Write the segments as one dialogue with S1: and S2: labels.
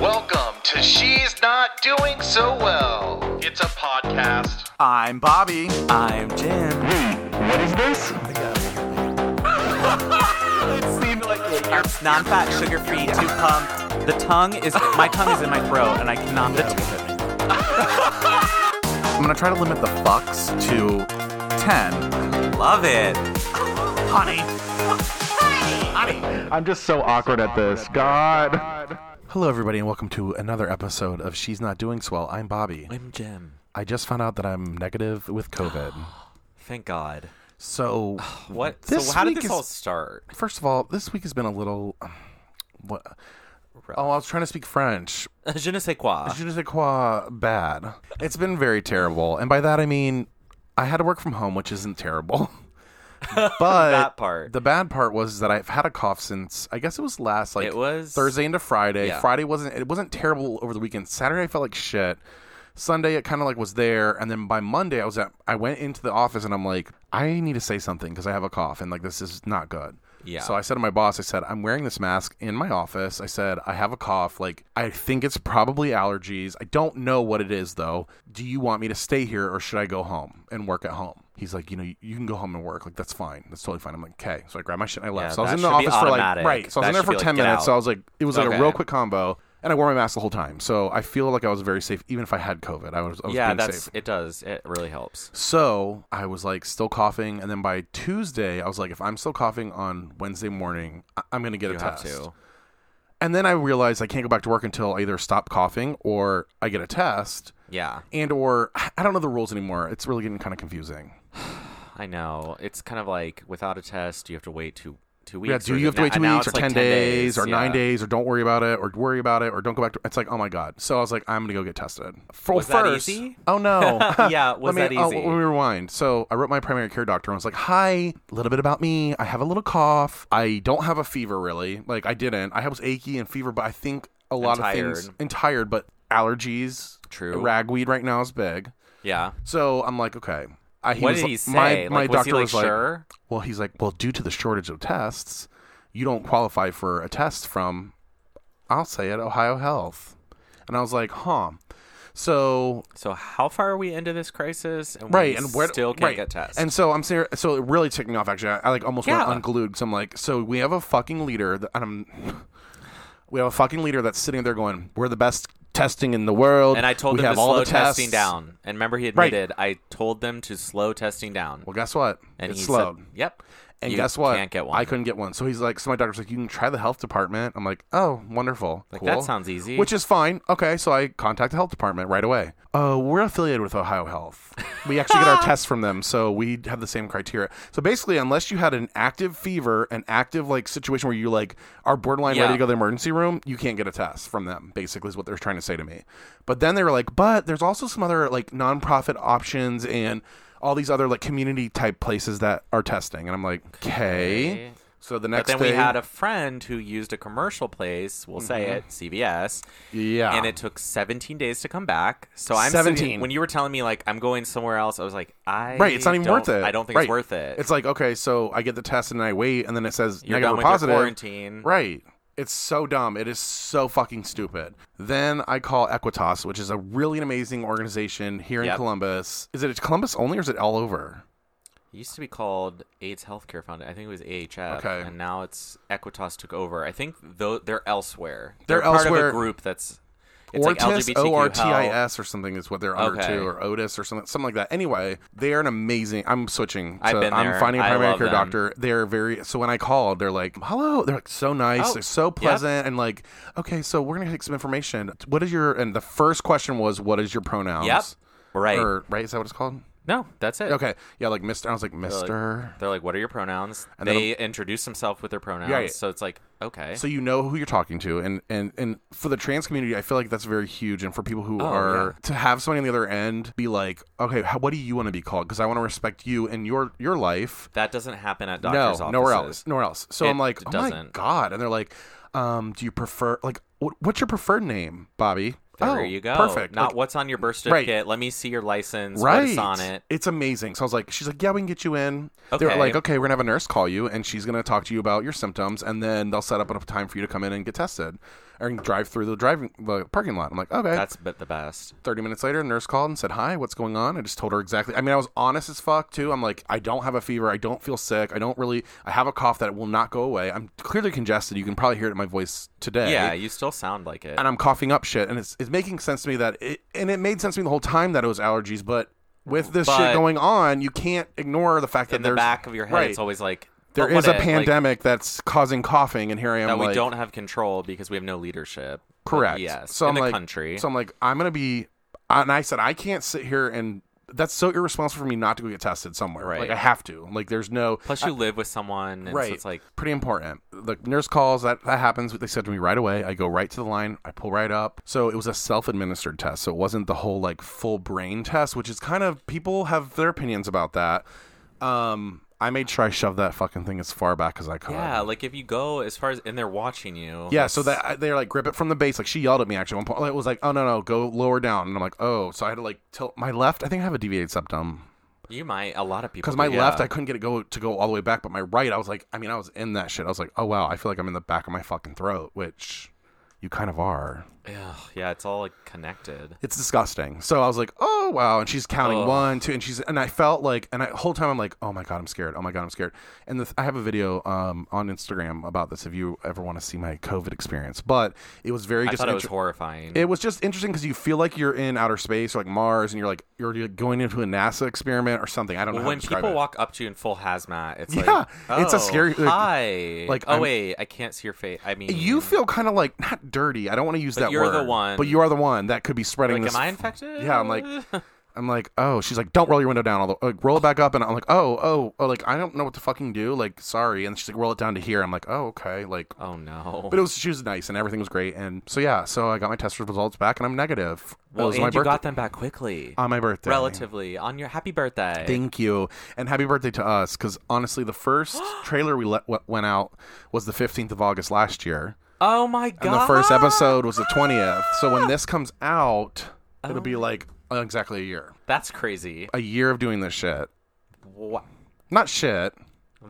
S1: Welcome to She's Not Doing So Well. It's a podcast.
S2: I'm Bobby.
S3: I'm Jim.
S4: What is this?
S2: It seemed like
S3: It's non-fat, sugar-free, too pumped. The tongue is my tongue is in my throat, and I cannot. The t-
S2: I'm gonna try to limit the fucks to ten.
S3: love it.
S2: Honey.
S4: I'm just so awkward at this. God.
S2: Hello, everybody, and welcome to another episode of She's Not Doing Swell. I'm Bobby.
S3: I'm Jim.
S2: I just found out that I'm negative with COVID.
S3: Thank God.
S2: So,
S3: What?
S2: This
S3: so how did
S2: week
S3: this
S2: is-
S3: all start?
S2: first of all, this week has been a little. um, What?
S3: Rough.
S2: Oh, I was trying to speak French.
S3: Je ne sais quoi.
S2: Je ne sais quoi bad. It's been very terrible. And by that, I mean, I had to work from home, which isn't terrible. But
S3: That part.
S2: the bad part was that I've had a cough since I guess it was last like
S3: It was-
S2: Thursday into Friday.
S3: Yeah.
S2: Friday wasn't it wasn't terrible over the weekend. Saturday I felt like shit. Sunday it kind of like was there, and then by Monday I was at I went into the office and I'm like I need to say something because I have a cough and like this is not good.
S3: Yeah.
S2: So I said to my boss, I said I'm wearing this mask in my office. I said I have a cough. Like I think it's probably allergies. I don't know what it is though. Do you want me to stay here or should I go home and work at home? He's like, you know, you- you can go home and work. Like that's fine. That's totally fine. I'm like, okay. So I grabbed my shit and I left.
S3: Yeah,
S2: so I was
S3: that
S2: in the
S3: should be
S2: office for like
S3: automatic.
S2: right. So I was
S3: That
S2: in there
S3: should
S2: for
S3: be like,
S2: ten
S3: get
S2: minutes.
S3: out.
S2: So I was like, it was like
S3: Okay.
S2: a real quick combo, and I wore my mask the whole time. So I feel like I was very safe, even if I had COVID. I was, I was
S3: yeah,
S2: being
S3: that's
S2: safe.
S3: it. Does it really helps?
S2: So I was like still coughing, and then by Tuesday, I was like, if I'm still coughing on Wednesday morning, I- I'm gonna get
S3: You
S2: a
S3: have
S2: test.
S3: to.
S2: And then I realized I can't go back to work until I either stop coughing or I get a test,
S3: Yeah,
S2: and or I don't know the rules anymore. It's really getting kind of confusing.
S3: I know. It's kind of like without a test, you have to wait two two weeks.
S2: Yeah, do
S3: or
S2: you have to
S3: na-
S2: wait two
S3: and now
S2: weeks or
S3: it's like
S2: ten days, or nine
S3: yeah.
S2: days or don't worry about it or worry about it or don't go back to it's like, oh my God. So I was like, I'm gonna go get tested. For
S3: Was that
S2: first.
S3: easy?
S2: Oh no.
S3: Yeah, was
S2: Let me-
S3: that
S2: oh,
S3: easy?
S2: let me rewind. So I wrote my primary care doctor and was like, Hi, a little bit about me. I have a little cough. I don't have a fever really. Like I didn't. I was achy and fever, but I think a lot of things
S3: tired.
S2: and tired, but allergies.
S3: True.
S2: Ragweed right now is big.
S3: Yeah.
S2: So I'm like, okay. I, he
S3: what
S2: was
S3: did
S2: like-
S3: he say?
S2: My,
S3: like,
S2: my
S3: was
S2: doctor
S3: he, like,
S2: was like,
S3: sure?
S2: well, he's like, well, due to the shortage of tests, you don't qualify for a test from, I'll say it, Ohio Health. And I was like, huh. So
S3: So how far are we into this crisis? And we
S2: right, and where
S3: still can't
S2: right.
S3: get tests.
S2: And so I'm ser- so it really ticked me off. Actually, I, I like almost
S3: Yeah.
S2: went unglued. So I'm like, so we have a fucking leader, that, and I'm, we have a fucking leader that's sitting there going, we're the best testing in the world,
S3: And I told
S2: we
S3: them
S2: have
S3: to
S2: all
S3: slow
S2: the tests.
S3: testing down. And remember, he
S2: Right.
S3: admitted I told them to slow testing down.
S2: Well, guess what?
S3: and
S2: it's
S3: he
S2: slowed.
S3: said, "Yep."
S2: And
S3: you
S2: guess what?
S3: Can't get one.
S2: I couldn't get one. So he's like, so my doctor's like, you can try the health department. I'm like, oh, wonderful.
S3: Like,
S2: cool.
S3: that sounds easy.
S2: Which is fine. Okay, so I contact the health department right away. Uh, we're affiliated with Ohio Health. We actually get our tests from them, so we have the same criteria. So basically, unless you had an active fever, an active like situation where you like are borderline
S3: Yeah.
S2: ready to go to the emergency room, you can't get a test from them. Basically, is what they're trying to say to me. But then they were like, but there's also some other like nonprofit options and all these other like community type places that are testing, and I'm like, okay.
S3: Okay.
S2: So the
S3: But
S2: next
S3: then we
S2: day-
S3: had a friend who used a commercial place. We'll say it, CVS.
S2: Mm-hmm. yeah,
S3: And it took 17 days to come back. So I'm
S2: 17.
S3: Sitting, when you were telling me like I'm going somewhere else, I was like, I
S2: Right, it's not even
S3: don't-
S2: worth it.
S3: I don't think
S2: Right.
S3: it's worth it.
S2: It's like okay, so I get the test and I wait, and then it says
S3: You're
S2: negative
S3: done
S2: or
S3: with
S2: positive.
S3: your quarantine.
S2: Right. It's so dumb. It is so fucking stupid. Then I call Equitas, which is a really amazing organization here in
S3: Yep.
S2: Columbus. Is it Columbus only, or is it all over?
S3: It used to be called AIDS Healthcare Foundation. I think it was AHF.
S2: Okay.
S3: And now it's Equitas took over. I think though they're elsewhere.
S2: They're
S3: part of
S2: elsewhere.
S3: a group that's it's like
S2: Ortis,
S3: LGBTQ
S2: O R T I
S3: health.
S2: S, or something is what they're under
S3: Okay.
S2: to, or Otis, or something, something like that. Anyway, they are an amazing. I'm switching. To,
S3: I've been
S2: I'm
S3: there.
S2: finding a
S3: I
S2: primary
S3: love
S2: care
S3: them.
S2: doctor. They're very. So when I called, they're like, "Hello." They're like so nice.
S3: Oh,
S2: they're so
S3: yep.
S2: pleasant, and like, okay, so we're gonna take some information. What is your? And the first question was, "What is your pronouns?"
S3: Yep. Right.
S2: Or right? Is that what it's called?
S3: no, that's it.
S2: Okay. Yeah, like Mister. I was like Mister.
S3: They're like, "What are your pronouns?" And
S2: then
S3: they introduce themselves with their pronouns.
S2: Right.
S3: So it's like, okay,
S2: so you know who you're talking to and and and for the trans community i feel like that's very huge and for people who
S3: Oh,
S2: are to have somebody on the other end be like okay how, what do you want to be called because i want to respect you and your your life
S3: that doesn't happen at
S2: no
S3: doctors' offices.
S2: nowhere else nowhere else so
S3: It
S2: i'm like oh my
S3: doesn't.
S2: god and they're like um do you prefer like what, what's your preferred name bobby
S3: There
S2: Oh,
S3: you go.
S2: perfect
S3: Not
S2: Like,
S3: what's on your birth
S2: Right.
S3: certificate. Let me see your license.
S2: Right.
S3: What's on it?
S2: It's amazing. So I was like, she's like, yeah, we can get you in. They're
S3: Okay.
S2: like, okay, we're going to have a nurse call you and she's going to talk to you about your symptoms and then they'll set up a time for you to come in and get tested. or and drive through the driving the parking lot. I'm like, okay.
S3: That's bit the best.
S2: 30 minutes later, nurse called and said, Hi, what's going on? I just told her exactly. I mean, I was honest as fuck, too. I'm like, I don't have a fever. I don't feel sick. I don't really, I have a cough that will not go away. I'm clearly congested. You can probably hear it in my voice today.
S3: Yeah, you still sound like it.
S2: and I'm coughing up shit. And it's, it's making sense to me that it, and it made sense to me the whole time that it was allergies. But with this shit
S3: But-
S2: going on, you can't ignore the fact that
S3: In the
S2: there's,
S3: back of your head,
S2: right,
S3: it's always like
S2: there
S3: but what
S2: is a
S3: if, like,
S2: pandemic that's causing coughing. And here I am.
S3: that we
S2: like,
S3: don't have control because we have no leadership.
S2: Correct.
S3: Yes.
S2: So
S3: in
S2: I'm
S3: the
S2: like,
S3: country.
S2: So I'm like, I'm gonna be. And I said, I can't sit here and that's so irresponsible for me not to go get tested somewhere.
S3: Right.
S2: Like I have to. Like there's no.
S3: Plus, you live with someone, and
S2: Right.
S3: so it's like
S2: pretty important. The nurse calls. That that happens. They said to me right away. I go right to the line. I pull right up. So it was a self-administered test. So it wasn't the whole like full brain test, which is kind of people have their opinions about that. Um, I made sure I shoved that fucking thing as far back as I could.
S3: yeah, like if you go as far as and they're watching you.
S2: Yeah, so
S3: that's-
S2: that they're like grip it from the base. Like she yelled at me actually at one point. It was like, oh no no, go lower down, and I'm like, oh. So I had to like tilt my left. I think I have a deviated septum
S3: you might. A lot of people
S2: because my
S3: do, yeah.
S2: left I couldn't get it go to go all the way back, but my right I was like, I mean I was in that shit. I was like, oh wow, I feel like I'm in the back of my fucking throat, which you kind of are.
S3: Ugh, yeah, it's all like connected.
S2: It's disgusting. So I was like, oh wow, and she's counting
S3: Ugh.
S2: one, two, and she's and I felt like and I whole time I'm like, oh my god, I'm scared. Oh my god, I'm scared. And the, th- I have a video um on Instagram about this if you ever want to see my COVID experience, but it was very
S3: I
S2: just
S3: thought it was
S2: inter-
S3: horrifying.
S2: it was just interesting because you feel like you're in outer space or like Mars, and you're like you're like, going into a NASA experiment or something. I don't know. how
S3: when
S2: to describe
S3: people
S2: it.
S3: walk up to you in full hazmat, it's
S2: Yeah,
S3: like,
S2: it's a
S3: "Oh,
S2: scary- like-
S3: Hi.
S2: like,
S3: oh
S2: I'm-
S3: wait, I can't see your face. I mean,
S2: you feel kind of like not dirty. I don't want to use that
S3: you're the
S2: word.
S3: one-
S2: but you are the one that could be spreading
S3: like,
S2: this.
S3: am I infected?
S2: Yeah, I'm like- I'm like, oh, she's like, don't roll your window down. I'll, like, roll it back up, and I'm like, oh, oh, oh, like I don't know what to fucking do. Like, sorry. And she's like, roll it down to here. I'm like, oh, okay. Like,
S3: oh no.
S2: but it was she was nice, and everything was great, and so yeah. So I got my test results back, and I'm negative. It
S3: well,
S2: was
S3: and
S2: my
S3: you
S2: birthday.
S3: got them back quickly.
S2: on my birthday.
S3: relatively on your happy birthday.
S2: Thank you, and happy birthday to us. Because honestly, the first trailer we let w- went out was the fifteenth of August last year,
S3: oh my
S2: and
S3: god.
S2: the first episode was the twentieth. So when this comes out, it'll be like oh, exactly a year,
S3: That's crazy.
S2: a year of doing this shit.
S3: Wha-
S2: Not shit.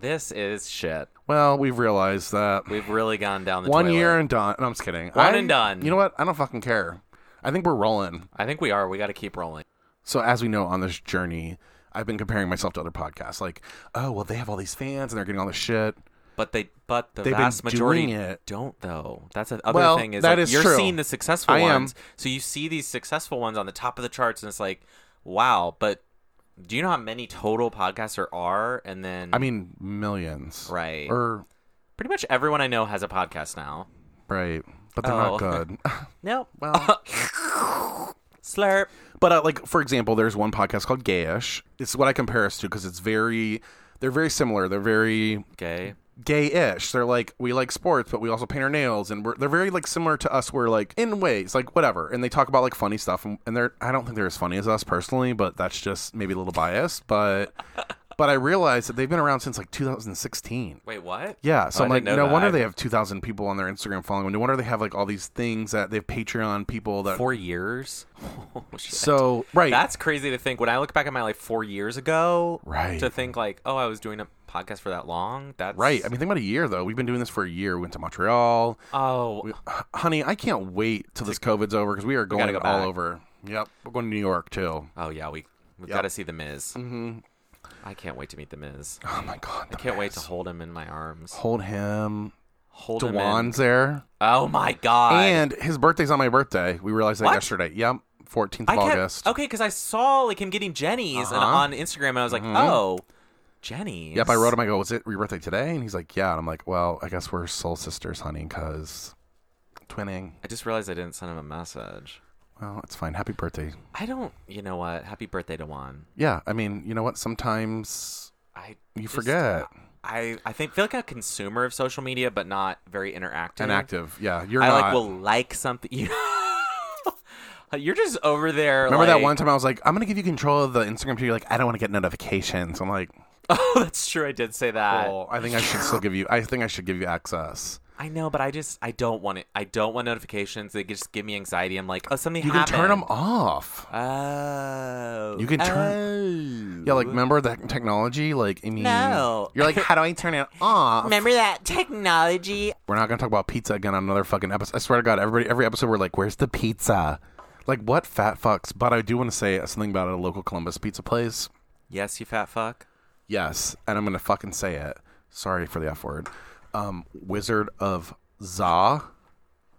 S3: This is shit.
S2: Well, we've realized that
S3: We've really gone down the
S2: one
S3: toilet.
S2: year and done. No, I'm just kidding.
S3: One
S2: I-
S3: and done.
S2: You know what? I don't fucking care. I think we're rolling.
S3: I think we are. We got to keep rolling.
S2: So as we know on this journey, I've been comparing myself to other podcasts. Like, oh well, they have all these fans and they're getting all this shit.
S3: But they, but the
S2: They've been
S3: vast majority
S2: doing it.
S3: don't though. That's the other
S2: Well,
S3: thing is like,
S2: that is
S3: you're
S2: true.
S3: seeing the successful
S2: I am.
S3: ones, so you see these successful ones on the top of the charts, and it's like, wow. But do you know how many total podcasts there are? And then
S2: I mean, millions.
S3: Mm. Right.
S2: Or
S3: pretty much everyone I know has a podcast now.
S2: right, but they're
S3: Oh.
S2: not good.
S3: No,
S2: well,
S3: slurp.
S2: but uh, like for example, there's one podcast called Gayish. It's what I compare us to because it's very, they're very similar. They're very
S3: Okay.
S2: gay-ish. They're like we like sports, but we also paint our nails, and we're, they're very like similar to us. We're like in ways like whatever, and they talk about like funny stuff, and, and they're I don't think they're as funny as us personally, but that's just maybe a little biased. But but I realized that they've been around since like 2016.
S3: Wait, what?
S2: Yeah, so
S3: Oh, I
S2: I'm like,
S3: didn't know
S2: no
S3: that.
S2: wonder
S3: I-
S2: they have 2,000 people on their Instagram following. No wonder they have like all these things that they have Patreon people that.
S3: Four years. Oh, shit.
S2: so right,
S3: That's crazy to think. When I look back at my life four years ago,
S2: Right.
S3: to think like, oh, I was doing a podcast for that long. That's
S2: right. I mean, think about a year though. We've been doing this for a year. We went to Montreal,
S3: oh,
S2: H- honey. I can't wait till this COVID's over because we are going
S3: gotta go
S2: all
S3: back.
S2: over. Yep, we're going to New York too.
S3: oh yeah, we we've
S2: Yep.
S3: got to see the Miz. Mm-hmm. I can't wait to meet the Miz.
S2: Oh my god,
S3: I can't wait to hold him in my arms.
S2: hold him.
S3: Hold him. in-
S2: Dewan's there,
S3: Oh my god.
S2: and his birthday's on my birthday. We realized that
S3: What?
S2: yesterday. Yep, 14th of
S3: I kept,
S2: August.
S3: Okay, because I saw like him getting Jenny's and
S2: Uh-huh. Mm-hmm.
S3: on Instagram, and I was like, oh, Jenny's.
S2: Yep, I wrote him. I go, "Was it your birthday today?" And he's like, "Yeah." And I'm like, "Well, I guess we're soul sisters, honey, because twinning."
S3: I just realized I didn't send him a message.
S2: Well, it's fine. Happy birthday.
S3: I don't. You know what? Happy birthday, Dewan.
S2: Yeah, I mean, you know what? Sometimes
S3: I
S2: you
S3: just-
S2: forget
S3: I I think feel like a consumer of social media, but not very interactive.
S2: and active. Yeah, you're
S3: I
S2: not.
S3: like will like something. You You're just over there.
S2: Remember that
S3: like-
S2: one time I was like, "I'm gonna give you control of the Instagram." Too. You're like, "I don't want to get notifications." I'm like,
S3: Oh, that's true. I did say that.
S2: "Well, I think I should still give you. I think I should give you access."
S3: I know, but I just I don't want it. I don't want notifications. They just give me anxiety. I'm like, oh, something
S2: You can
S3: happened.
S2: turn them off.
S3: Oh.
S2: You can
S3: turn.
S2: Yeah, like remember that technology? Like, I mean,
S3: No.
S2: you're like, how do I turn it off?
S3: Remember that technology?
S2: We're not gonna talk about pizza again on another fucking episode. I swear to God, everybody, every episode we're like, "Where's the pizza?" Like, what fat fucks? But I do want to say something about a local Columbus pizza place.
S3: Yes, you fat fuck.
S2: Yes, and I'm gonna fucking say it. Sorry for the f word. Um, Wizard of Za.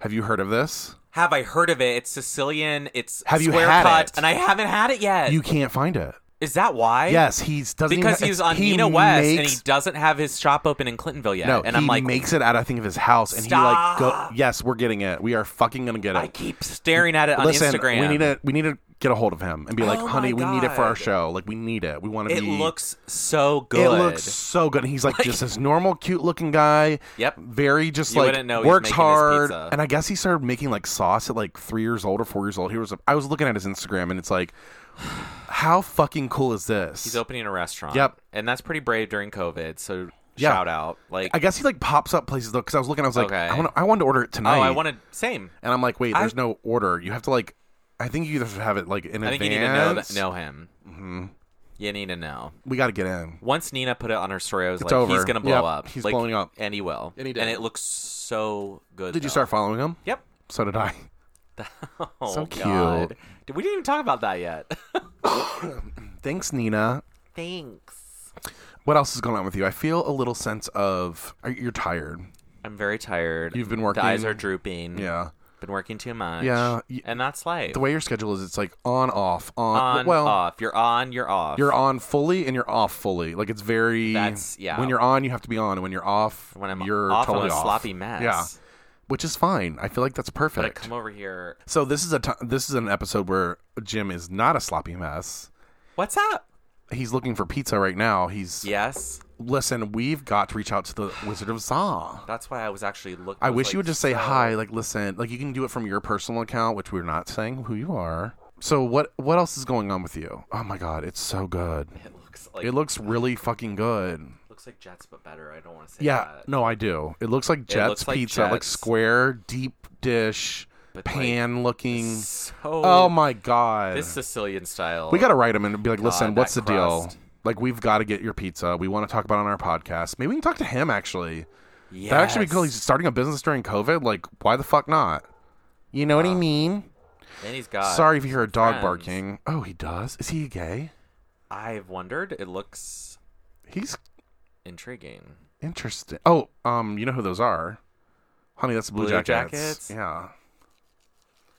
S2: Have you heard of this?
S3: Have I heard of it? It's Sicilian. It's
S2: Have you
S3: square
S2: had
S3: cut,
S2: it?
S3: and I haven't had it yet.
S2: You can't find it.
S3: Is that why?
S2: Yes, he's doesn't even-
S3: Because he's
S2: it's-
S3: on
S2: he
S3: Nina West, and
S2: makes-
S3: he doesn't have his shop open in Clintonville yet.
S2: No,
S3: and
S2: he
S3: I'm like,
S2: makes it out. I think of his house, and he like,
S3: Stop.
S2: go, yes, we're getting it. We are fucking gonna get it.
S3: I keep staring at it on
S2: Listen,
S3: Instagram.
S2: we need to we need to get a hold of him and be like,
S3: Oh
S2: honey,
S3: my
S2: we need it for our
S3: God.
S2: show. Like, we need it. We want to
S3: It
S2: be.
S3: looks so good.
S2: It looks so good. And he's like, just this normal, cute looking guy.
S3: Yep.
S2: Very just
S3: You
S2: like
S3: wouldn't know he's
S2: works
S3: making his
S2: hard.
S3: pizza.
S2: And I guess he started making like sauce at like three years old or four years old. He was I was looking at his Instagram and it's like, how fucking cool is this?
S3: He's opening a restaurant.
S2: Yep.
S3: And that's pretty brave during COVID. So
S2: Yeah.
S3: shout out. Like,
S2: I guess he like pops up places though because I was looking. I was like,
S3: Okay.
S2: I want I wanted to order it
S3: oh,
S2: tonight.
S3: I wanted same.
S2: And I'm like, wait,
S3: I-
S2: there's no order. You have to like, I think you either have to have it like in
S3: I
S2: advance.
S3: think you need to know that, know him. Mm-hmm. You need to know.
S2: We got to get in.
S3: Once Nina put it on her story, I was
S2: It's
S3: like,
S2: over.
S3: he's gonna blow
S2: Yep.
S3: up.
S2: He's
S3: Like,
S2: blowing up.
S3: and he will.
S2: And he did.
S3: And it looks so good.
S2: Did you
S3: though.
S2: start following him?
S3: Yep.
S2: So did I.
S3: Oh,
S2: So
S3: God.
S2: cute.
S3: Did we didn't even talk about that yet?
S2: Thanks, Nina.
S3: Thanks.
S2: What else is going on with you? I feel a little sense of are- you're tired.
S3: I'm very tired.
S2: You've been
S3: The eyes
S2: working.
S3: are drooping.
S2: Yeah.
S3: Been working too much.
S2: Yeah, y-
S3: And that's life.
S2: The way your schedule is, it's like on off on.
S3: on
S2: well,
S3: off. You're on. You're off.
S2: you're on fully and you're off fully. Like it's very.
S3: That's- yeah.
S2: When you're on, you have to be on. And when you're off,
S3: when I'm
S2: you're
S3: off,
S2: totally
S3: I'm a
S2: off.
S3: sloppy mess.
S2: Yeah. Which is fine. I feel like that's
S3: But I
S2: perfect.
S3: come over here.
S2: so this is a t- this is an episode where Jim is not a sloppy mess.
S3: What's up?
S2: He's looking for pizza right now. He's
S3: Yes,
S2: listen. We've got to reach out to the Wizard of Zaw.
S3: that's why I was actually looking.
S2: I wish you would just say hi, like listen, like you can do it from your personal account, which we're not saying who you are. So what what else is going on with you? Oh my god, it's so good.
S3: It looks like
S2: It
S3: it
S2: looks really fucking good.
S3: looks like Jets, but better. I don't want to say
S2: Yeah,
S3: that.
S2: no, I do. It looks like Jets
S3: looks like
S2: pizza, like
S3: Jets.
S2: square, deep dish,
S3: But, like,
S2: pan looking.
S3: So
S2: oh my god.
S3: this Sicilian style.
S2: we got to write him and be like,
S3: God,
S2: "Listen, what's the
S3: that crust.
S2: deal?" Like we've got to get your pizza. We want to talk about it on our podcast. Maybe we can talk to him actually.
S3: yes.
S2: That actually be cool. He's starting a business during COVID. Like, why the fuck not? You know what I mean?
S3: and he's got.
S2: Sorry if you hear a dog
S3: Uh, friends.
S2: barking. Oh, he does. Is he gay?
S3: I've wondered. It looks
S2: He's
S3: intriguing.
S2: interesting. Oh, um, you know who those are? Honey, that's the Blue,
S3: Blue
S2: Jackets.
S3: Jackets?
S2: Yeah.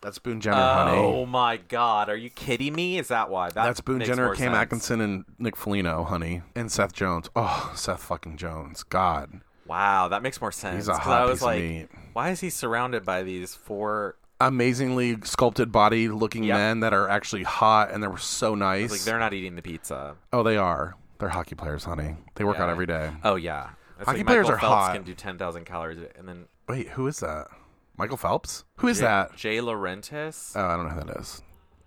S2: That's Boone Jenner,
S3: Oh
S2: honey.
S3: my God! Are you kidding me? Is that why? That
S2: That's Boone
S3: makes
S2: Jenner,
S3: more
S2: Cam
S3: sense.
S2: Atkinson, and Nick Foligno, honey, and Seth Jones. Oh, Seth fucking Jones. God,
S3: Wow, that makes more sense.
S2: he's a
S3: 'Cause
S2: hot
S3: I was
S2: piece
S3: like,
S2: of meat.
S3: why is he surrounded by these four?
S2: Amazingly sculpted body looking
S3: Yep.
S2: men that are actually hot and they're so nice.
S3: Like they're not eating the pizza.
S2: Oh, they are. They're hockey players, honey. They work out
S3: Yeah.
S2: every day.
S3: Oh yeah, That's
S2: Hockey
S3: like
S2: players
S3: Michael
S2: are
S3: Phelps
S2: hot.
S3: Can do ten thousand calories, a- and then
S2: Wait, who is that? Michael Phelps? Who is that?
S3: Jay Laurentis.
S2: Oh, I don't know who that is.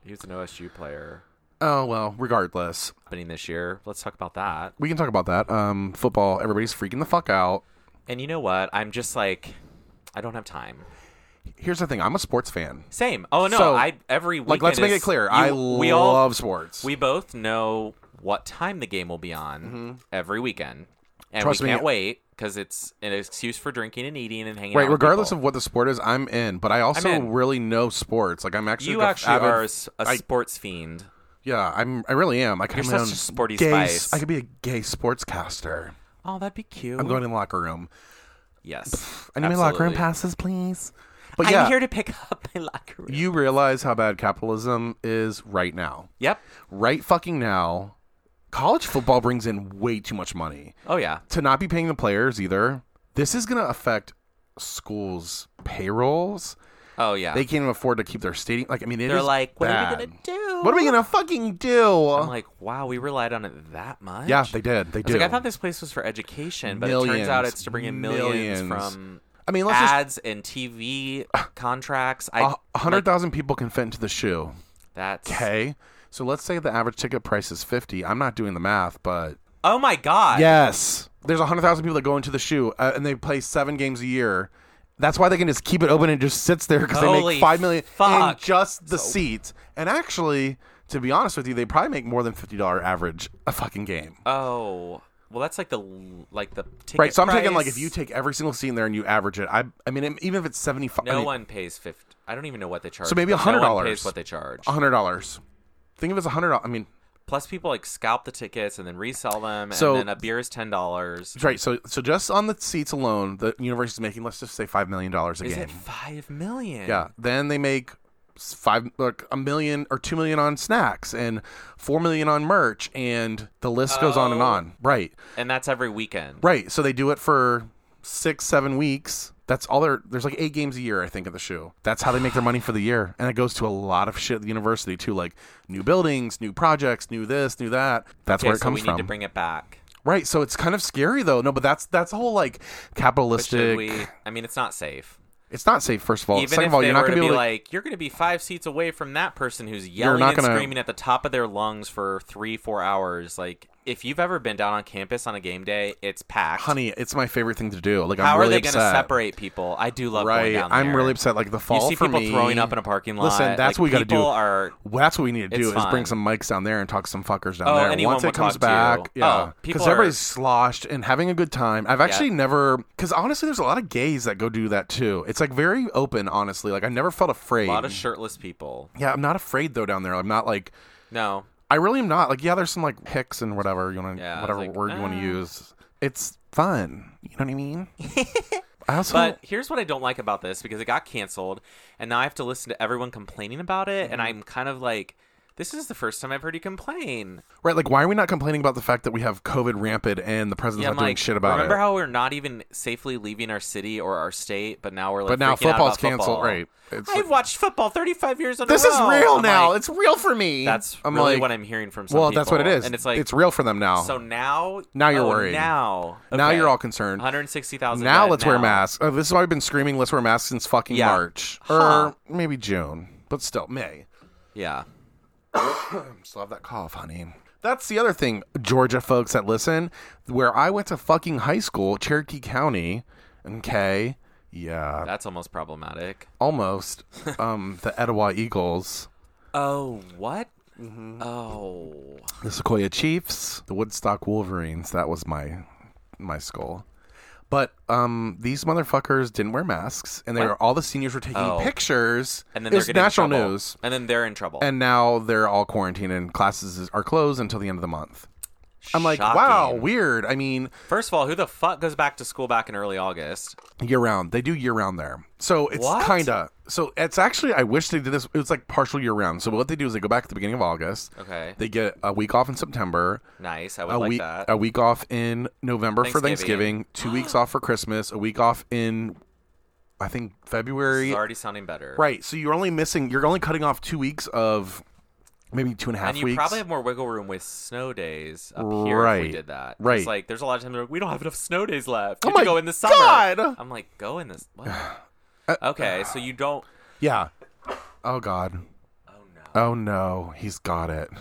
S3: he was an OSU player.
S2: Oh well, regardless,
S3: Happening this year. Let's talk about that.
S2: we can talk about that. Um, football. Everybody's freaking the fuck out.
S3: And you know what? I'm just like, I don't have time.
S2: Here's the thing. I'm a sports fan.
S3: Same. Oh no,
S2: So,
S3: I every week.
S2: Like, let's make it clear. I
S3: we
S2: love
S3: all
S2: sports.
S3: we both know what time the game will be on every weekend, and
S2: Mm-hmm. Trust
S3: we
S2: me.
S3: can't wait because it's an excuse for drinking and eating and hanging out.
S2: right.
S3: with
S2: Regardless
S3: people.
S2: of what the sport is, I'm in. But I also
S3: in.
S2: really know sports. Like I'm actually
S3: you
S2: like a
S3: actually
S2: avid-
S3: are a, s- a
S2: I-
S3: sports fiend.
S2: yeah. I'm. I really am. I could
S3: You're
S2: have my
S3: such
S2: own
S3: a sporty
S2: gay,
S3: spice.
S2: I could be a gay sportscaster.
S3: Oh, that'd be cute.
S2: I'm going in the locker room.
S3: Yes.
S2: I need my locker room
S3: absolutely.
S2: passes, please. But yeah,
S3: I'm here to pick up my locker room.
S2: you realize how bad capitalism is right now.
S3: Yep.
S2: right fucking now, college football brings in way too much money
S3: Oh yeah.
S2: to not be paying the players either. This is going to affect schools' payrolls.
S3: Oh yeah.
S2: They can't even afford to keep their stadium. Like, I mean, it
S3: They're
S2: is
S3: like, what are we
S2: bad.
S3: gonna do?
S2: What are we gonna fucking do?
S3: I'm like, wow, we relied on it that much.
S2: yeah, they did. They
S3: I was
S2: did.
S3: like, I thought this place was for education, but it
S2: Millions,
S3: turns out it's to bring in millions,
S2: millions.
S3: from
S2: I mean, let's just
S3: ads and TV contracts. I
S2: a hundred
S3: like,
S2: thousand people can fit into the shoe.
S3: that's
S2: Okay, so let's say the average ticket price is fifty. I'm not doing the math, but
S3: Oh my god.
S2: Yes. There's 100,000 people that go into the shoe uh, and they play seven games a year. That's why they can just keep it open and it just sits there because they
S3: Holy
S2: make five million in
S3: fuck.
S2: just the seats. And actually, to be honest with you, they probably make more than fifty dollar average a fucking game.
S3: Oh, well, that's like the l- like the ticket
S2: Right, so I'm taking like
S3: price.
S2: if you take every single scene there and you average it, I I mean even if it's seventy five,
S3: no
S2: I mean,
S3: one pays fifty. I don't even know what they charge.
S2: So maybe
S3: but no one
S2: $100.
S3: pays what they charge.
S2: hundred dollars. Think of it as a hundred. dollars. I mean,
S3: Plus, people like scalp the tickets and then resell them,
S2: So-
S3: and then a beer is ten dollars.
S2: right. So so just on the seats alone, the university's making let's just say five million dollars a
S3: Is
S2: game.
S3: it five million?
S2: Yeah. Then they make s- five like a million or two million on snacks and four million on merch and the list goes on and
S3: Oh.
S2: on. Right.
S3: and that's every weekend.
S2: Right. So they do it for six, seven weeks. That's all there there's like eight games a year, I think, at the shoe. That's how they make their money for the year. And it goes to a lot of shit at the university too, like new buildings, new projects, new this, new that. That's
S3: Okay,
S2: where it
S3: so
S2: comes
S3: we
S2: from.
S3: need to bring it back.
S2: right. So it's kind of scary though. No, but that's that's the whole like
S3: But should
S2: capitalistic
S3: we? I mean, it's not safe.
S2: it's not safe, first of all.
S3: Even
S2: Second
S3: if
S2: of all,
S3: they
S2: you're not
S3: were
S2: gonna
S3: to be
S2: be able to-
S3: like, you're going to be five seats away from that person who's yelling
S2: not
S3: and
S2: gonna-
S3: screaming at the top of their lungs for three, four hours. Like, if you've ever been down on campus on a game day, it's packed.
S2: honey, it's my favorite thing to do. Like
S3: how
S2: I'm
S3: are
S2: really
S3: they
S2: upset.
S3: going to separate people? I do love going
S2: Right,
S3: down
S2: I'm
S3: there.
S2: really upset. Like the fall
S3: You see
S2: for
S3: people
S2: me-
S3: throwing up in a parking lot.
S2: Listen, that's
S3: Like,
S2: what we got to do.
S3: people Are
S2: Well, that's what we need to
S3: It's
S2: do is
S3: fun.
S2: bring some mics down there and talk to some fuckers down
S3: Oh,
S2: there.
S3: anyone
S2: Once it
S3: would love
S2: comes
S3: to.
S2: back, yeah,
S3: Oh, people
S2: because
S3: are-
S2: everybody's sloshed and having a good time. I've actually never, because honestly, there's a lot of gays that go do that too. It's like very open, honestly. Like I never felt afraid.
S3: a lot of shirtless people.
S2: yeah, I'm not afraid though down there. I'm not like
S3: No,
S2: I really am not. Like yeah, there's some like hicks and whatever you want, to
S3: Yeah, I was
S2: whatever
S3: like,
S2: word you want
S3: ah.
S2: to use. It's fun. You know what I mean? I also
S3: But here's what I don't like about this because it got canceled, and now I have to listen to everyone complaining about it,
S2: Mm-hmm.
S3: and I'm kind of like, this is the first time I've heard you complain.
S2: right. Like why are we not complaining about the fact that we have COVID rampant and the president's
S3: Yeah,
S2: not
S3: I'm
S2: doing
S3: like,
S2: shit about
S3: remember
S2: it?
S3: how we're not even safely leaving our city or our state, but now we're like,
S2: but
S3: freaking
S2: now
S3: out
S2: football's
S3: about football.
S2: canceled. Right. It's
S3: I've watched football 35 years in
S2: this
S3: a
S2: is
S3: row.
S2: real
S3: I'm
S2: now.
S3: like,
S2: it's real for me.
S3: that's
S2: I'm
S3: really
S2: like,
S3: what I'm hearing from some
S2: Well, that's what it
S3: people.
S2: is.
S3: and it's like
S2: it's real for them now.
S3: So now,
S2: Now you're
S3: oh,
S2: worried.
S3: Now,
S2: Now
S3: Okay.
S2: you're all concerned.
S3: 160,000.
S2: now
S3: dead
S2: let's wear masks. Oh, this is why we've been screaming. Let's wear masks since fucking
S3: Yeah.
S2: March
S3: Huh.
S2: or maybe June, but still May.
S3: Yeah.
S2: Still have that cough, honey. That's the other thing, Georgia folks that listen. Where I went to fucking high school, Cherokee County. Okay, yeah,
S3: That's almost problematic.
S2: almost. um, the Etowah Eagles.
S3: Oh, what? Oh.
S2: the Sequoia Chiefs, the Woodstock Wolverines. That was my my skull. But um, these motherfuckers didn't wear masks, and they were, all the seniors were taking
S3: Oh.
S2: pictures.
S3: And then
S2: it
S3: they're
S2: was
S3: getting in
S2: national
S3: trouble.
S2: news,
S3: And then they're in trouble.
S2: and now they're all quarantined, and classes is- are closed until the end of the month. I'm like,
S3: Shocking.
S2: wow, weird. I mean,
S3: First of all, who the fuck goes back to school back in early August?
S2: year round. They do year round there. So it's
S3: What?
S2: kind of so it's actually I wish they did this. It was like partial year round. So what they do is they go back at the beginning of August.
S3: Okay.
S2: They get a week off in September.
S3: Nice. I would
S2: a
S3: like
S2: week
S3: that.
S2: a week off in November for
S3: Thanksgiving.
S2: Thanksgiving, two weeks off for Christmas, a week off in I think
S3: This
S2: February.
S3: is already sounding better.
S2: Right. So you're only missing you're only cutting off two weeks of maybe two and a half
S3: And you
S2: weeks.
S3: probably have more wiggle room with snow days up here if we
S2: Right.
S3: did that.
S2: Right.
S3: It's like there's a lot of times where we don't have enough snow days left.
S2: Oh
S3: You have to
S2: my
S3: go in the summer.
S2: God!
S3: I'm like, go in this. What? okay, so you don't.
S2: yeah. Oh God.
S3: Oh no.
S2: Oh no. He's got it.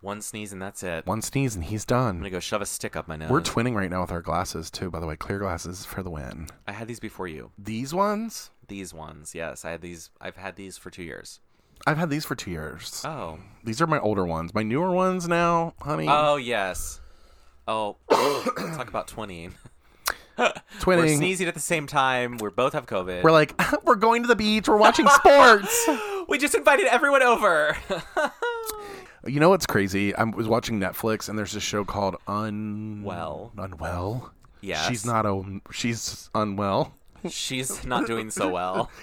S3: One sneeze and that's it.
S2: One sneeze and he's
S3: I'm
S2: done.
S3: gonna go shove a stick up my nose.
S2: We're twinning right now with our glasses too, by the way. Clear glasses for the win.
S3: I had these before you.
S2: These ones?
S3: These ones, yes. I had these. I've had these for two years.
S2: I've had these for two years.
S3: Oh.
S2: These are my older ones. My newer ones now, honey.
S3: Oh yes. Oh, talk about twinning. We're
S2: twinning.
S3: sneezing at the same time. We both have COVID.
S2: we're like, we're going to the beach. We're watching sports.
S3: we just invited everyone over.
S2: You know what's crazy? I was watching Netflix and there's this show called Unwell.
S3: Well.
S2: Unwell.
S3: Yes.
S2: She's not a. She's unwell.
S3: She's not doing so well.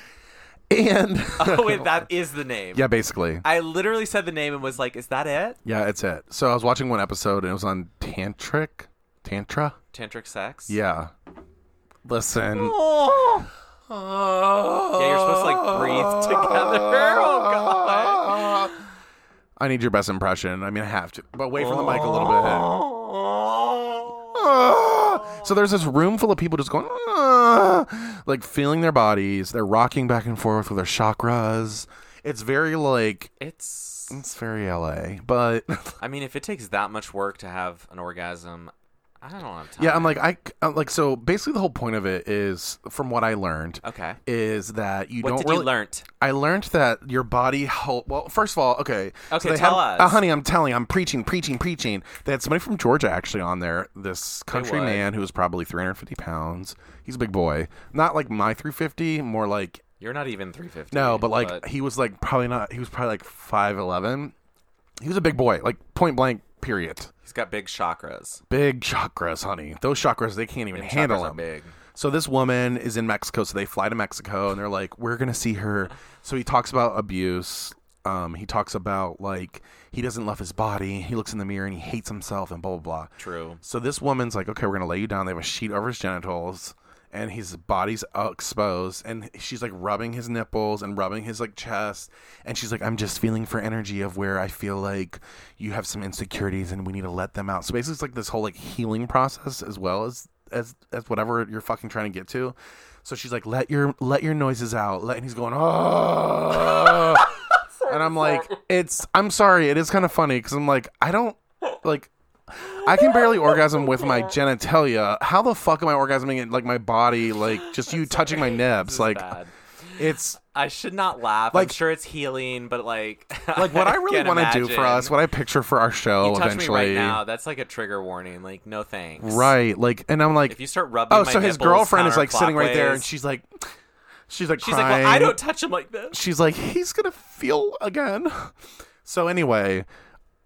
S2: And
S3: Oh, wait, that is the name.
S2: yeah, basically.
S3: I literally said the name and was like, "Is that it?
S2: Yeah, it's it. So I was watching one episode and it was on tantric, tantra.
S3: Tantric sex?"
S2: Yeah. Listen.
S3: Oh. Yeah, you're supposed to like breathe together. Oh god.
S2: I need your best impression. I mean, I have to, but away from the mic a little bit.
S3: Oh.
S2: "Ah." So there's this room full of people just going, "Ah," like feeling their bodies. They're rocking back and forth with their chakras. It's very like
S3: It's.
S2: it's very LA, but
S3: I mean, if it takes that much work to have an orgasm, I don't have time.
S2: Yeah, I'm like I I'm like so basically the whole point of it is from what I learned
S3: okay.
S2: is that you
S3: What
S2: don't
S3: did
S2: really
S3: you learnt?
S2: I learned that your body hel- well first of all okay
S3: Okay,
S2: they
S3: tell
S2: had-
S3: us.
S2: uh, honey I'm telling I'm preaching preaching preaching they had somebody from Georgia actually on there this country
S3: would.
S2: man who was probably 350 pounds he's a big boy not like my 350 more like
S3: You're not even 350.
S2: no, but like he was like probably not. He was probably like five eleven. He was a big boy, like point blank. Period.
S3: he's got big chakras.
S2: Big chakras, honey. Those chakras they can't even
S3: Them
S2: handle
S3: chakras are
S2: them.
S3: big.
S2: So this woman is in Mexico, so they fly to Mexico, and they're like, "We're gonna see her." So he talks about abuse. Um, he talks about like he doesn't love his body. He looks in the mirror and he hates himself, and blah blah blah.
S3: True.
S2: So this woman's like, okay, we're gonna lay you down. They have a sheet over his genitals, and his body's exposed, and she's like rubbing his nipples and rubbing his like chest, and she's like, I'm just feeling for energy of where I feel like you have some insecurities, and we need to let them out. So basically, it's like this whole like healing process as well as as as whatever you're fucking trying to get to. So she's like, let your let your noises out. Let, and he's going, oh. and I'm like, it's. I'm sorry. It is kind of funny because I'm like, I don't like. I can barely orgasm with my genitalia. How the fuck am I orgasming in like my body? Like just you touching my
S3: This
S2: nips.
S3: is
S2: Like
S3: bad.
S2: it's
S3: I should not laugh.
S2: Like-
S3: I'm sure it's healing, but like,
S2: like what I really
S3: can't
S2: want to do
S3: imagine.
S2: for us. What I picture for our show
S3: you touch
S2: eventually.
S3: me right now. That's like a trigger warning. Like, no thanks.
S2: Right, Like, and I'm like,
S3: If you start rubbing.
S2: oh,
S3: my
S2: so his
S3: nipples
S2: girlfriend is like sitting right there,
S3: counterclockwise-
S2: and she's like, she's like
S3: she's like,
S2: crying.
S3: well, I don't touch him like this.
S2: she's like, he's gonna feel again. So anyway,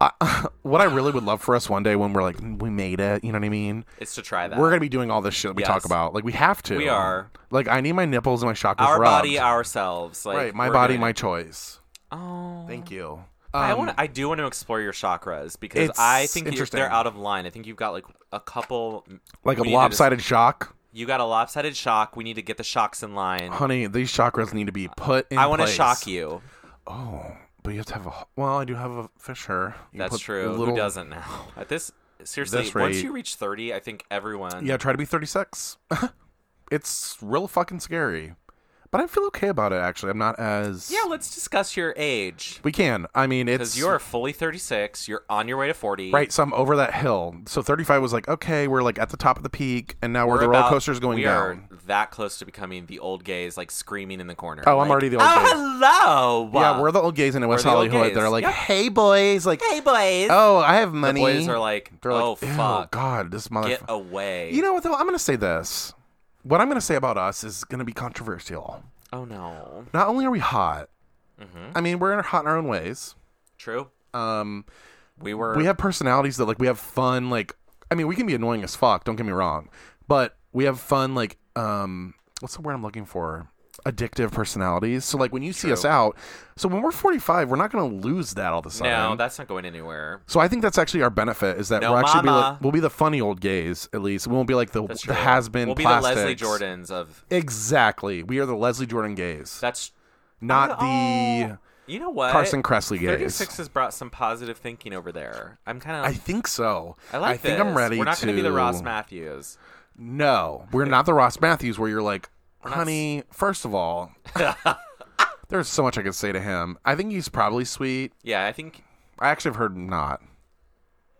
S2: I, what I really would love for us one day when we're like, we made it, you know what I mean?
S3: It's to try that.
S2: We're gonna be doing all this shit we
S3: Yes.
S2: talk about. Like we have to.
S3: We are.
S2: Like I need my nipples and my chakras.
S3: our
S2: rubbed.
S3: body, ourselves. Like,
S2: right. My
S3: we're
S2: body,
S3: doing
S2: my
S3: it.
S2: choice.
S3: Oh.
S2: Thank you.
S3: I
S2: Um,
S3: want. I do want to explore your chakras because
S2: It's
S3: I think you're,
S2: interesting.
S3: they're out of line. I think you've got like a couple.
S2: like a
S3: we need to just-
S2: lopsided shock,
S3: You got a lopsided shock. We need to get the shocks in line.
S2: honey. These chakras need to be put in.
S3: I want to
S2: place.
S3: shock you.
S2: Oh, but you have to have a. Well, I do have a fisher. You
S3: That's
S2: put
S3: true.
S2: a Little,
S3: Who doesn't now? At this, seriously,
S2: This
S3: once
S2: rate-
S3: you reach thirty, I think everyone.
S2: Yeah, try to be 36. it's real fucking scary. But I feel okay about it, actually. I'm not as.
S3: Yeah. Let's discuss your age
S2: We can. I mean, it's.
S3: because you're fully thirty-six. You're on your way to forty.
S2: Right, so I'm over that hill. So 35 was like, okay, we're like at the top of the peak, and now we're,
S3: We're
S2: the roller
S3: about-
S2: coaster's going
S3: we
S2: down.
S3: Are that close to becoming the old gays, like screaming in the corner.
S2: Oh, I'm
S3: like,
S2: already the old gays."
S3: Oh, hello.
S2: Yeah, we're the old gays in West
S3: the old
S2: Hollywood
S3: gays.
S2: that are like,
S3: Yep.
S2: hey, boys. Like,
S3: hey boys.
S2: oh, I have
S3: the
S2: money.
S3: boys are like,
S2: They're like,
S3: oh
S2: "Ew,
S3: fuck.
S2: God, this
S3: Get
S2: motherfucker.
S3: away.
S2: You know what, though? I'm going to say this. What I'm going to say about us is going to be controversial.
S3: Oh no.
S2: Not only are we hot,
S3: Mm-hmm.
S2: I mean, we're hot in our own ways.
S3: True.
S2: Um,
S3: We were.
S2: we have personalities that like we have fun like i mean we can be annoying as fuck don't get me wrong but we have fun like um what's the word i'm looking for addictive personalities so like when you see us out so when we're 45 we're not going to lose that all of a sudden
S3: no, that's not going anywhere.
S2: so I think that's actually our benefit is that
S3: No,
S2: we'll actually be
S3: mama.
S2: like, we'll be the funny old gays at least. We won't be like the,
S3: That's
S2: the
S3: true.
S2: has been
S3: We'll be the Leslie Jordans of.
S2: Exactly. We are the Leslie Jordan gays,
S3: That's.
S2: not
S3: Oh,
S2: the
S3: You know what?
S2: Carson Kressley gays.
S3: Thirty-six has brought some positive thinking over there. I'm kind of.
S2: I think so.
S3: I like
S2: I think
S3: this.
S2: I'm ready
S3: We're not
S2: to
S3: gonna be the Ross Matthews.
S2: No, we're not the Ross Matthews where you're like, honey, first of all, there's so much I could say to him. I think he's probably sweet.
S3: Yeah, I think.
S2: I actually have heard not.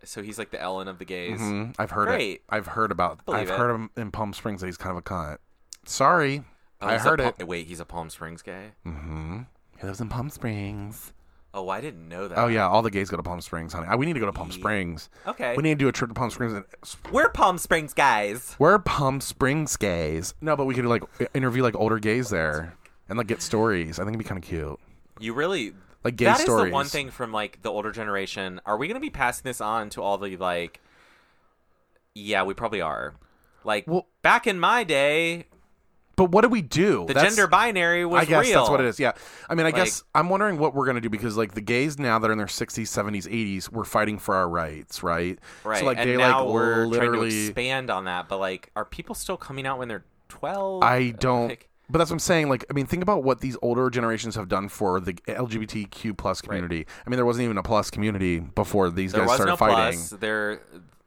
S3: So he's like the Ellen of the gays.
S2: Mm, I've heard it.
S3: Great.
S2: I've heard about. I've
S3: Believe it.
S2: heard him in Palm Springs that he's kind of a cunt. Sorry,
S3: Oh,
S2: I
S3: he's a
S2: heard
S3: Pal-
S2: it. Mm.
S3: Wait, he's a Palm Springs gay.
S2: He lives in Palm Springs.
S3: Oh, I didn't know that.
S2: Oh yeah, all the gays go to Palm Springs, honey. Uh, We need to go to Palm Springs.
S3: Okay.
S2: We need to do a trip to Palm Springs. And
S3: We're Palm Springs guys.
S2: we're Palm Springs gays. No, but we could like interview like older gays there and like get stories. I think it'd be kind of cute.
S3: You really
S2: Like gay
S3: That is
S2: stories.
S3: the one thing from like the older generation. Are we going to be passing this on to all the like? Yeah, we probably are. Like
S2: Well-
S3: back in my day,
S2: But what do we do?
S3: the
S2: That's-
S3: gender binary was
S2: I guess
S3: real.
S2: that's what it is. Yeah. I mean, I guess
S3: Like-
S2: I'm wondering what we're going to do because like the gays now that are in their 60s, 70s, 80s, we're fighting for our rights, right?
S3: Right.
S2: So like
S3: and
S2: they
S3: now
S2: like
S3: we're
S2: literally
S3: trying to expand on that, but like, are people still coming out when they're twelve?
S2: I don't
S3: Like,
S2: but that's what I'm saying. Like, I mean, think about what these older generations have done for the LGBTQ plus community. I mean, there wasn't even a plus community before these
S3: there
S2: guys
S3: was
S2: started
S3: no
S2: fighting.
S3: plus. There,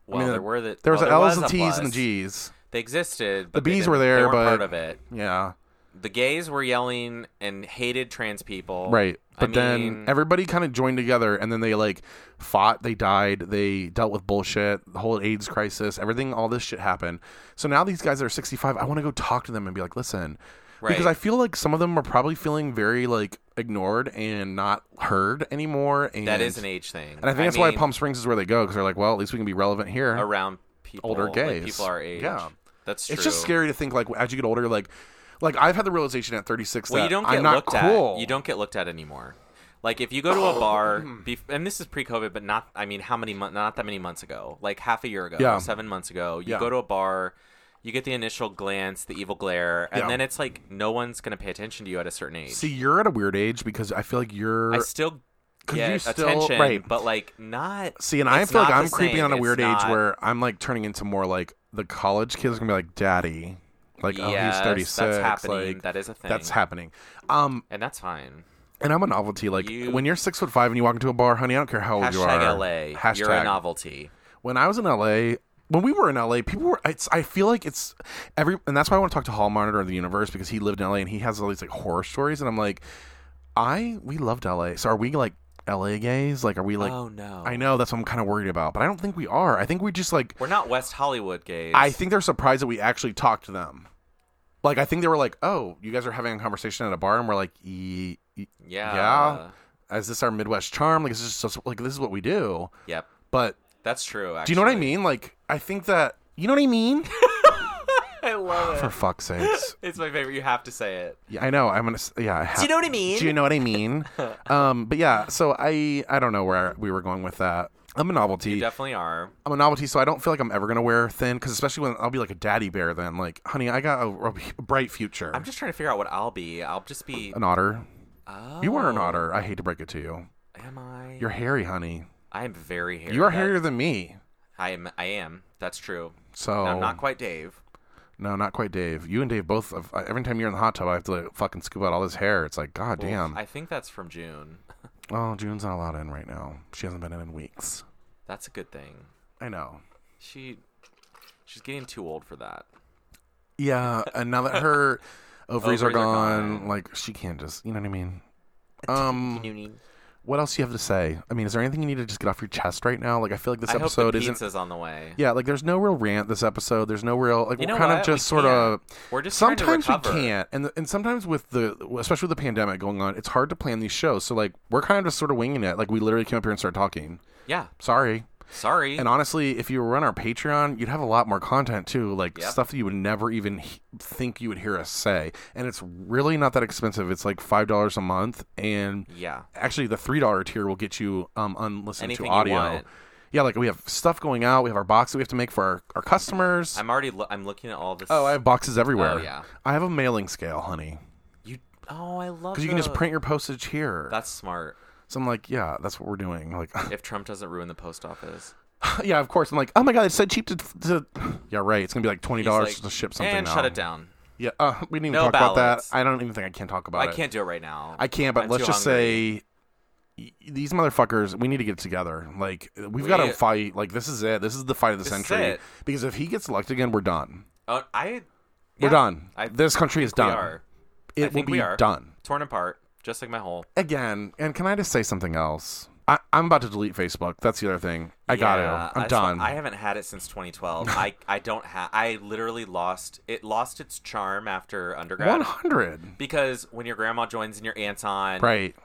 S3: well,
S2: mean,
S3: there were the
S2: There was
S3: well,
S2: the
S3: was
S2: L's and
S3: a
S2: T's and the
S3: plus.
S2: G's.
S3: They existed.
S2: The
S3: But they
S2: B's were
S3: didn't- they
S2: there,
S3: weren't
S2: but-
S3: part of it.
S2: Yeah.
S3: the gays were yelling and hated trans people.
S2: Right.
S3: I
S2: But then
S3: mean,
S2: everybody kind of joined together and then they like fought, they died, they dealt with bullshit, the whole AIDS crisis, everything, all this shit happened. So now these guys that are 65. I want to go talk to them and be like, listen, because
S3: Right.
S2: I feel like some of them are probably feeling very like ignored and not heard anymore. And
S3: that is an age thing.
S2: And I think that's why
S3: mean,
S2: Palm Springs is where they go because they're like, well, at least we can be relevant here.
S3: around people
S2: older
S3: like,
S2: gays.
S3: people our age.
S2: Yeah.
S3: That's true.
S2: it's just scary to think like as you get older, like, like I've had the realization at 36
S3: Well,
S2: that
S3: you don't get
S2: I'm not
S3: looked
S2: cool. Oh.
S3: at. You don't get looked at anymore. Like if you go to a bar,
S2: Hmm.
S3: bef- and this is pre-COVID, but not. I mean, how many months? Not that many months ago. Like half a year ago,
S2: Yeah.
S3: seven months ago. You
S2: Yeah.
S3: go to a bar, you get the initial glance, the evil glare, and
S2: Yeah.
S3: then it's like no one's gonna pay attention to you at a certain age.
S2: See, you're at a weird age because I feel like you're.
S3: I still
S2: 'Cause you
S3: get
S2: still-
S3: attention,
S2: right.
S3: but like not.
S2: See, and I
S3: it's
S2: feel like
S3: not
S2: I'm
S3: the
S2: creeping
S3: same.
S2: on a
S3: It's
S2: weird age
S3: not-
S2: where I'm like turning into more like the college kids are gonna be like, "Daddy," like, "Oh,
S3: Yes,
S2: he's
S3: that's
S2: 36."
S3: happening.
S2: Like,
S3: That is a thing.
S2: That's happening. Um,
S3: and that's fine.
S2: and I'm a novelty. Like
S3: You-
S2: when you're six foot five and you walk into a bar, honey, I don't care how old you
S3: Hashtag
S2: are.
S3: LA.
S2: Hashtag
S3: You're a novelty.
S2: when I was in LA, when we were in LA, people were. It's. I feel like it's every, and that's why I want to talk to Hall Monitor of the Universe because he lived in LA and he has all these like horror stories, and I'm like, I we loved LA. So are we like LA gays? Like, are we like?
S3: oh no,
S2: I know that's what I'm kind of worried about, but I don't think we are. I think we just like.
S3: We're not West Hollywood gays.
S2: I think they're surprised that we actually talked to them. Like, I think they were like, "Oh, you guys are having a conversation at a bar," and we're like, "Ye- ye-
S3: Yeah.
S2: "Yeah, is this our Midwest charm? Like, is this just like this is what we do?"
S3: Yep.
S2: But
S3: That's true. Actually.
S2: do you know what I mean? Like, I think that you know what I mean.
S3: I love
S2: For
S3: it.
S2: fuck's sakes!
S3: It's my favorite. You have to say it.
S2: Yeah, I know. I'm gonna. s- Yeah. I ha-
S3: know what I mean?
S2: Do you know what I mean? um, but yeah. So I I don't know where we were going with that. I'm a novelty.
S3: Definitely are.
S2: I'm a novelty, so I don't feel like I'm ever gonna wear thin. Because especially when I'll be like a daddy bear, then like, honey, I got a, a bright future.
S3: I'm just trying to figure out what I'll be. I'll just be.
S2: an otter.
S3: Oh,
S2: You are an otter. I hate to break it to you.
S3: Am I?
S2: You're hairy, honey.
S3: I am very hairy.
S2: You are
S3: That-
S2: hairier than me.
S3: I am. I am. That's true.
S2: So
S3: I'm not quite Dave.
S2: No, not quite, Dave. You and Dave both. Have, every time you're in the hot tub, I have to like, fucking scoop out all this hair. It's like, god damn.
S3: I think that's from June.
S2: oh, June's not allowed in right now. She hasn't been in in weeks.
S3: That's a good thing.
S2: I know.
S3: She, she's getting too old for that.
S2: Yeah, and now that her ovaries, are,
S3: Ovaries are
S2: gone,
S3: gone.
S2: like she can't just. You know what I mean? Um,
S3: Union.
S2: what else do you have to say? I mean, is there anything you need to just get off your chest right now? Like, I feel like this
S3: I hope the
S2: episode isn't.
S3: pizza's on the way.
S2: Yeah, like there's no real rant this episode. There's no real like
S3: You know
S2: we're kind
S3: what?
S2: of
S3: We
S2: just sort of
S3: can't. We're just trying to
S2: sometimes we
S3: recover.
S2: can't, and and sometimes with the especially with the pandemic going on, it's hard to plan these shows. So like we're kind of just sort of winging it. Like we literally came up here and started talking.
S3: Yeah.
S2: Sorry.
S3: Sorry.
S2: And honestly, if you were on our Patreon, you'd have a lot more content too, like
S3: Yeah.
S2: stuff that you would never even he- think you would hear us say. And it's really not that expensive. It's like five dollars a month, and
S3: yeah.
S2: actually the three dollar tier will get you um unlistened
S3: Anything
S2: to
S3: you
S2: audio.
S3: want.
S2: Yeah, like we have stuff going out. We have our box that we have to make for our, our customers.
S3: I'm already. Lo- I'm looking at all this.
S2: oh, I have boxes everywhere.
S3: Oh, yeah.
S2: I have a mailing scale, honey,
S3: You. Oh, I love.
S2: because you can just
S3: the-
S2: print your postage here.
S3: That's smart.
S2: so I'm like, yeah, that's what we're doing. Like,
S3: If Trump doesn't ruin the post office,
S2: yeah, of course. I'm like, oh my god, it's so cheap to. to... Yeah, right. It's gonna be like twenty
S3: He's
S2: dollars
S3: like,
S2: to ship something.
S3: and
S2: now.
S3: shut it down.
S2: Yeah, uh, we didn't even
S3: No
S2: talk about
S3: balance.
S2: that. I don't even think I can talk about
S3: I
S2: it.
S3: can't do it right now.
S2: I can't. But
S3: I'm
S2: let's
S3: too
S2: just
S3: hungry.
S2: say y- these motherfuckers. We need to get together. Like we've
S3: We-
S2: got to fight. Like this is it. This is the fight of the
S3: This is
S2: century.
S3: it.
S2: Because if he gets elected again, we're done.
S3: Oh, I.
S2: We're
S3: yeah,
S2: done.
S3: I
S2: this country is
S3: we
S2: done.
S3: are.
S2: It
S3: I think
S2: will
S3: we
S2: be
S3: are.
S2: done
S3: torn apart, just like my whole.
S2: again. And can I just say something else? I, I'm about to delete Facebook. That's the other thing. I got
S3: Yeah,
S2: to. I'm
S3: I saw-
S2: done.
S3: I haven't had it since 2012. I I don't have. I literally lost it. Lost its charm after undergrad.
S2: 100.
S3: Because when your grandma joins and your aunt's on,
S2: Right.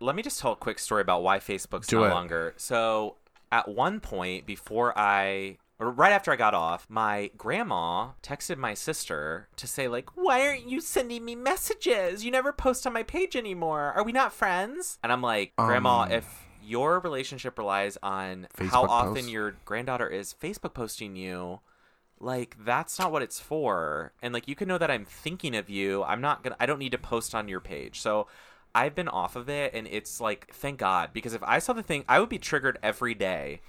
S3: let me just tell a quick story about why Facebook's
S2: Do
S3: no
S2: it.
S3: longer. So, at one point before I or right after I got off, my grandma texted my sister to say like, "Why aren't you sending me messages? You never post on my page anymore. Are we not friends?" And I'm like, "Grandma,
S2: Um,
S3: if your relationship relies on how
S2: Facebook
S3: often
S2: posts?
S3: your granddaughter is Facebook posting you, like that's not what it's for and like you can know that i'm thinking of you i'm not gonna i don't need to post on your page so i've been off of it and it's like thank god because if i saw the thing i would be triggered every day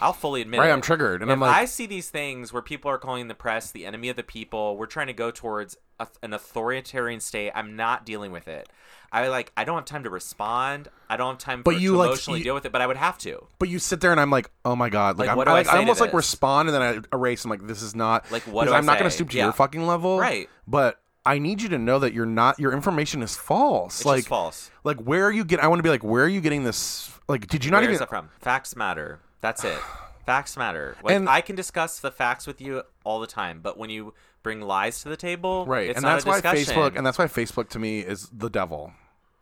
S3: i'll fully admit
S2: Right,
S3: it.
S2: I'm triggered, and
S3: If
S2: I'm like-
S3: i see these things where people are calling the press the enemy of the people we're trying to go towards a, an authoritarian state i'm not dealing with it i like i don't have time to respond i don't have time
S2: But
S3: for,
S2: you,
S3: to
S2: like,
S3: emotionally
S2: you-
S3: deal with it but i would have to
S2: But you sit there and I'm like, oh my god, like,
S3: Like,
S2: I'm,
S3: what do
S2: I,
S3: I
S2: like I
S3: say to
S2: almost like
S3: this?
S2: respond and then I erase. I'm like, this is not
S3: Like, what
S2: because
S3: do I
S2: I'm not gonna
S3: say?
S2: stoop to
S3: Yeah.
S2: your fucking level,
S3: Right.
S2: But I need you to know that you're not your information is false.
S3: It's
S2: like
S3: just false.
S2: Like where are you get? I want to be like where are you getting this? Like did you not
S3: Where is
S2: even?
S3: that from? Facts matter. That's it. Facts matter. Like
S2: And-
S3: I can discuss the facts with you all the time, but when you bring lies to the table,
S2: Right,
S3: it's
S2: and
S3: not
S2: that's
S3: a
S2: why
S3: discussion.
S2: Facebook, and that's why Facebook to me is the devil.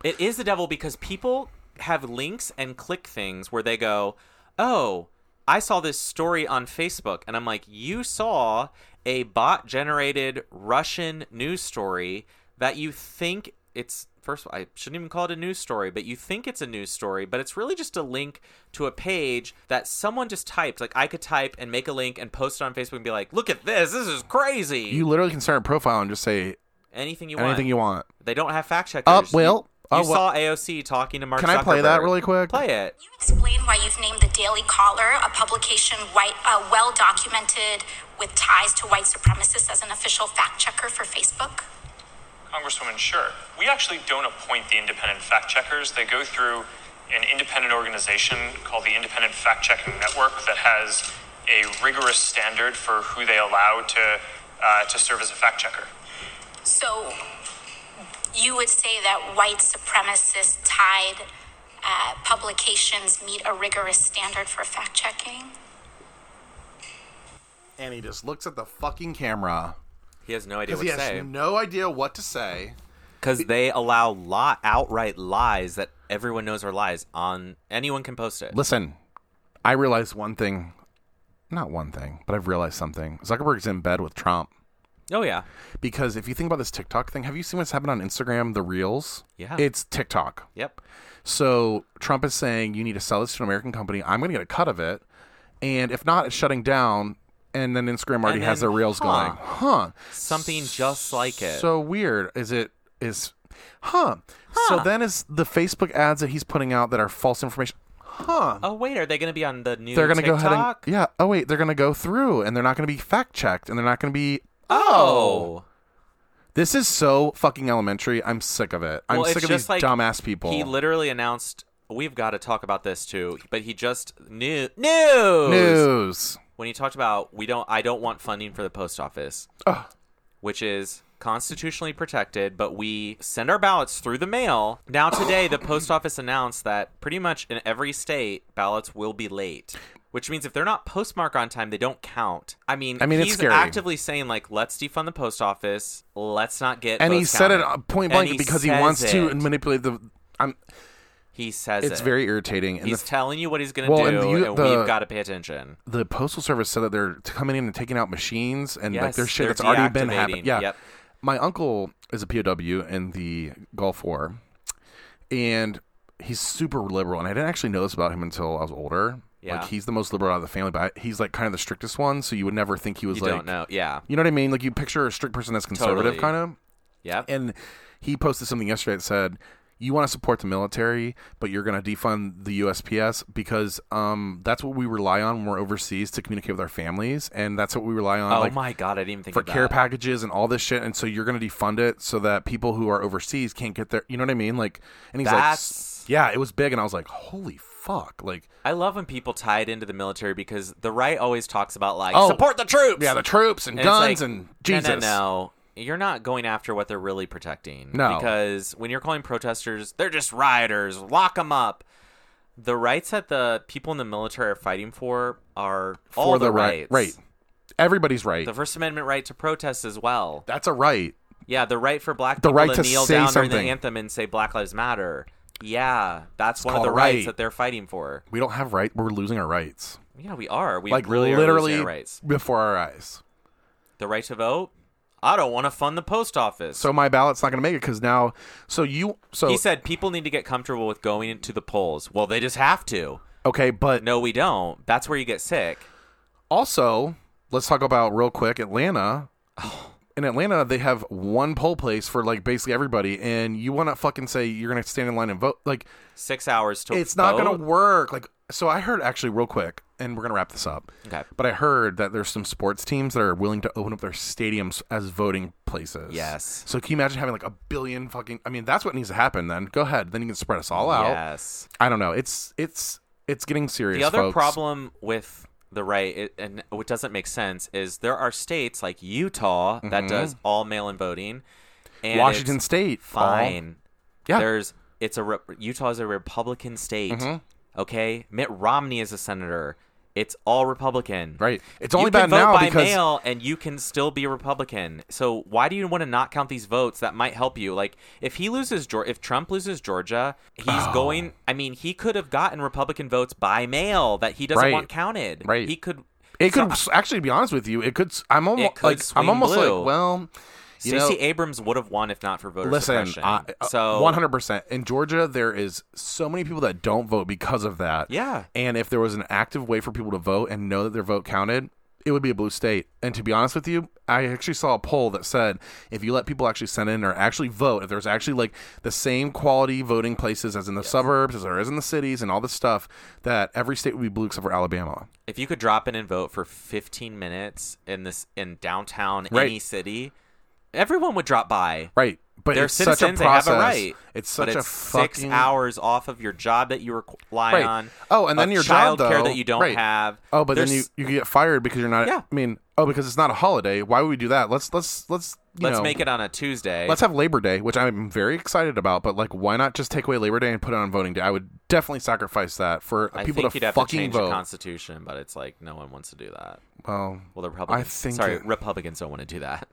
S3: It is the devil because people have links and click things where they go, "Oh, I saw this story on Facebook." And I'm like, "You saw a bot-generated Russian news story that you think it's first of all, I shouldn't even call it a news story, but you think it's a news story, but it's really just a link to a page that someone just typed. Like I could type and make a link and post it on Facebook and be like, "Look at this. This is crazy."
S2: You literally can start a profile and just say
S3: anything you want.
S2: anything you want.
S3: They don't have fact checkers.
S2: Uh,
S3: You-
S2: well,
S3: you,
S2: uh, well-
S3: saw AOC talking to Mark.
S2: Can I play that
S3: Zuckerberg.
S2: really quick?
S3: Play it.
S5: you explain why you've named the Daily Caller, a publication white, uh, well documented with ties to white supremacists, as an official fact checker for Facebook?
S6: Congresswoman, sure. We actually don't appoint the independent fact checkers. They go through an independent organization called the Independent Fact Checking Network that has a rigorous standard for who they allow to, uh, to serve as a fact checker.
S5: So you would say that white supremacist tied uh, publications meet a rigorous standard for fact checking?
S2: And he just looks at the fucking camera
S3: He has no idea
S2: because
S3: what
S2: he
S3: to say
S2: has no idea what to say.
S3: because they allow li- outright lies that everyone knows are lies. On anyone can post it.
S2: Listen, I realized one thing. Not one thing, but I've realized something. Zuckerberg's in bed with Trump
S3: Oh yeah,
S2: because if you think about this TikTok thing, have you seen what's happened on Instagram, the Reels?
S3: Yeah.
S2: It's TikTok.
S3: yep.
S2: So Trump is saying you need to sell this to an American company. I'm going to get a cut of it, and if not, it's shutting down. And then Instagram already
S3: And
S2: has
S3: then-
S2: their reels
S3: huh.
S2: going. Huh.
S3: Something just like it.
S2: So weird. Is it is huh. So then is the Facebook ads that he's putting out that are false information. Huh.
S3: oh wait, are they going to be on the new?
S2: they're
S3: going
S2: gonna
S3: to
S2: go ahead and Yeah. Oh wait, they're gonna go through and they're not gonna be fact checked and they're not gonna be
S3: Oh.
S2: This is so fucking elementary. I'm sick of it. I'm
S3: Well,
S2: sick
S3: it's
S2: of
S3: just
S2: these
S3: like
S2: dumbass people.
S3: He literally announced. We've got to talk about this too, but he just knew news.
S2: News.
S3: when he talked about we don't I don't want funding for the post office, which is constitutionally protected, but we send our ballots through the mail. Now today, the post office announced that pretty much in every state, ballots will be late. Which means if they're not postmarked on time, they don't count. I mean,
S2: I mean, it's
S3: he's
S2: scary.
S3: actively saying like, "Let's defund the post office. Let's not get."
S2: and he
S3: votes
S2: said it
S3: counted."
S2: uh, point
S3: And
S2: blank because he
S3: says
S2: wants to
S3: it.
S2: manipulate the. I'm.
S3: He says
S2: It's
S3: it.
S2: very irritating. And
S3: He's
S2: the,
S3: telling you what he's going to
S2: Well,
S3: do,
S2: and you-
S3: and
S2: the-
S3: we've got to pay attention.
S2: the postal service said that they're coming in and taking out machines and like
S3: Yes,
S2: their shit
S3: they're
S2: that's already been happening.
S3: deactivating.
S2: Yeah.
S3: Yep.
S2: My uncle is a POW in the Gulf War, and he's super liberal. And I didn't actually know this about him until I was older.
S3: Yeah.
S2: Like he's the most liberal out of the family, but he's like kind of the strictest one. So you would never think he was
S3: You
S2: like.
S3: don't know. Yeah.
S2: You know what I mean? Like you picture a strict person that's conservative,
S3: Totally.
S2: kind of.
S3: Yep.
S2: and he posted something yesterday that said you want to support the military but you're going to defund the USPS because um, that's what we rely on when we're overseas to communicate with our families and that's what we rely on
S3: oh
S2: like,
S3: my god, I didn't even think
S2: for
S3: of that.
S2: care packages and all this shit and so you're going to defund it so that people who are overseas can't get their you know what I mean like and he's
S3: That's-
S2: like yeah it was big and I was like holy fuck like
S3: I love when people tie it into the military because the right always talks about like
S2: Oh,
S3: support the troops.
S2: yeah the troops and,
S3: And it's
S2: guns
S3: like,
S2: and
S3: no, no,
S2: Jesus
S3: No, You're not going after what they're really protecting.
S2: No.
S3: Because when you're calling protesters, they're just rioters. Lock them up. The rights that the people in the military are fighting for are all
S2: for
S3: the,
S2: the right
S3: rights.
S2: right everybody's right
S3: The First Amendment right to protest as well.
S2: that's a right
S3: Yeah, the right for black
S2: The
S3: people
S2: right
S3: to,
S2: to
S3: kneel
S2: say
S3: down during
S2: something.
S3: the anthem and say Black Lives Matter. Yeah, that's one of
S2: called
S3: the
S2: a
S3: rights
S2: right.
S3: that they're fighting for.
S2: we don't have right we're losing our rights
S3: Yeah, we are. We
S2: like
S3: really are losing
S2: literally
S3: our rights.
S2: before our eyes.
S3: the right to vote. I don't want to fund the post office.
S2: So my ballot's not going to make it because now. So you. So
S3: he said people need to get comfortable with going into the polls. Well, they just have to.
S2: okay, but
S3: No, we don't. That's where you get sick.
S2: also let's talk about real quick Atlanta. In Atlanta, they have one poll place for like basically everybody, and you want to fucking say you're going to stand in line and vote. Like
S3: Six hours to.
S2: it's not going
S3: vote?
S2: to work. Like so, I heard actually real quick, and we're going to wrap this up.
S3: Okay.
S2: But I heard that there's some sports teams that are willing to open up their stadiums as voting places.
S3: Yes.
S2: So can you imagine having like a billion fucking? I mean, that's what needs to happen. Then go ahead. Then you can spread us all out.
S3: Yes.
S2: I don't know. It's it's it's getting serious.
S3: The other
S2: folks.
S3: problem with the right, it, and what doesn't make sense, is there are states like Utah that does all mail-in voting, And
S2: Mm-hmm. Washington
S3: it's
S2: State, Paul.
S3: Fine.
S2: Yeah.
S3: There's it's a re- Utah is a Republican state.
S2: Mm-hmm.
S3: Okay. Mitt Romney is a senator. It's all Republican.
S2: Right. It's
S3: You
S2: only
S3: can
S2: bad
S3: vote
S2: now
S3: by
S2: because-
S3: mail and you can still be a Republican. So why do you want to not count these votes? That might help you. Like if he loses, Geor- if Trump loses Georgia, he's
S2: Oh.
S3: going. I mean, he could have gotten Republican votes by mail that he doesn't
S2: Right.
S3: want counted.
S2: Right.
S3: He could.
S2: It
S3: so
S2: could s actually to be honest with you. It could. s- I'm almost
S3: It could
S2: like I'm
S3: swing
S2: almost
S3: blue.
S2: like well, you know,
S3: Stacey Abrams would have won if not for voter
S2: listen,
S3: suppression.
S2: I, uh,
S3: so
S2: 100% in Georgia there is so many people that don't vote because of that.
S3: Yeah.
S2: And if there was an active way for people to vote and know that their vote counted, it would be a blue state. And to be honest with you, I actually saw a poll that said if you let people actually send in or actually vote, if there's actually like the same quality voting places as in the suburbs as there is in the cities and all this stuff, that every state would be blue except for Alabama.
S3: if you could drop in and vote for 15 minutes in this in downtown
S2: Right.
S3: any city, everyone would drop by.
S2: Right. But
S3: They're
S2: it's
S3: citizens;
S2: such a process.
S3: they have a right.
S2: It's such
S3: but
S2: a
S3: it's
S2: fucking
S3: six hours off of your job that you rely
S2: Right.
S3: on.
S2: Oh, and then
S3: of
S2: your job
S3: child
S2: though,
S3: care that you don't
S2: right.
S3: have.
S2: Oh, but
S3: There's-
S2: then you, you could get fired because you're not.
S3: Yeah.
S2: I mean, oh, because it's not a holiday. Why would we do that? Let's let's let's you
S3: let's
S2: know,
S3: make it on a Tuesday.
S2: Let's have Labor Day, which I'm very excited about. But like, why not just take away Labor Day and put it on voting day? I would definitely sacrifice that for
S3: I
S2: people
S3: think
S2: to
S3: you'd have to
S2: fucking
S3: change the
S2: vote. Oh,
S3: constitution, but it's like no one wants to do that.
S2: well,
S3: Well, the Republicans.
S2: think
S3: sorry,
S2: it-
S3: Republicans don't want to do that.